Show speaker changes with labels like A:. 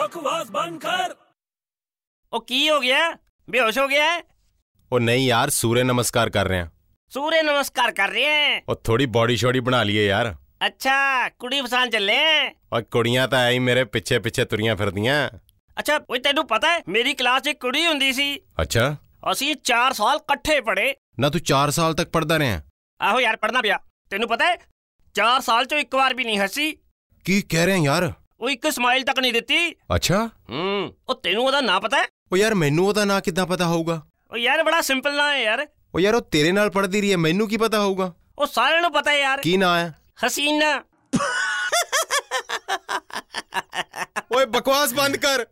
A: बकवास बंद कर
B: ਉਹ ਕੀ ਹੋ ਗਿਆ ਬੇਹੋਸ਼ ਹੋ ਗਿਆ ਹੈ
C: ਉਹ ਨਹੀਂ ਯਾਰ ਸੂਰਯ ਨਮਸਕਾਰ ਕਰ ਰਹੇ ਆ
B: सूर्य नमस्कार कर रहे हैं
C: ਉਹ ਥੋੜੀ ਬੋਡੀ ਸ਼ੋਡੀ ਬਣਾ ਲਈਏ ਯਾਰ
B: अच्छा कुड़ी फसान चले हैं
C: ਔਰ ਕੁੜੀਆਂ ਤਾਂ ਐਂ ਮੇਰੇ ਪਿੱਛੇ ਪਿੱਛੇ ਤੁਰੀਆਂ ਫਿਰਦੀਆਂ
B: ਅੱਛਾ ਓਏ ਤੈਨੂੰ ਪਤਾ ਹੈ ਮੇਰੀ ਕਲਾਸ 'ਚ ਇੱਕ ਕੁੜੀ ਹੁੰਦੀ ਸੀ
C: ਅੱਛਾ
B: ਅਸੀਂ 4 ਸਾਲ ਇਕੱਠੇ ਪੜ੍ਹੇ
C: ਨਾ ਤੂੰ 4 ਸਾਲ ਤੱਕ ਪੜਦਾ ਰਿਹਾ
B: ਆਹੋ ਯਾਰ ਪੜ੍ਹਨਾ ਪਿਆ ਤੈਨੂੰ ਪਤਾ ਹੈ 4 ਸਾਲ 'ਚੋਂ ਇੱਕ ਵਾਰ ਵੀ ਨਹੀਂ ਹੱਸੀ
C: ਕੀ ਕਹਿ ਰਿਹਾ ਯਾਰ
B: ਉਹ ਇੱਕ ਸਮਾਈਲ ਤੱਕ ਨਹੀਂ ਦਿੱਤੀ
C: ਅੱਛਾ
B: ਹੂੰ ਉਹ ਤੈਨੂੰ ਉਹਦਾ ਨਾਂ ਪਤਾ ਹੈ
C: ਉਹ ਯਾਰ ਮੈਨੂੰ ਉਹਦਾ ਨਾਂ ਕਿੱਦਾਂ ਪਤਾ ਹੋਊਗਾ
B: ਉਹ ਯਾਰ ਬੜਾ ਸਿੰਪਲ ਨਾਂ ਹੈ ਯਾਰ
C: ਉਹ ਯਾਰ ਉਹ ਤੇਰੇ ਨਾਲ ਪੜਦੀ ਰਹੀ ਹੈ ਮੈਨੂੰ ਕੀ ਪਤਾ ਹੋਊਗਾ
B: ਉਹ ਸਾਰਿਆਂ ਨੂੰ ਪਤਾ ਹੈ ਯਾਰ
C: ਕੀ ਨਾਂ ਹੈ
B: ਹਸੀਨਾ
C: ਓਏ ਬਕਵਾਸ ਬੰਦ ਕਰ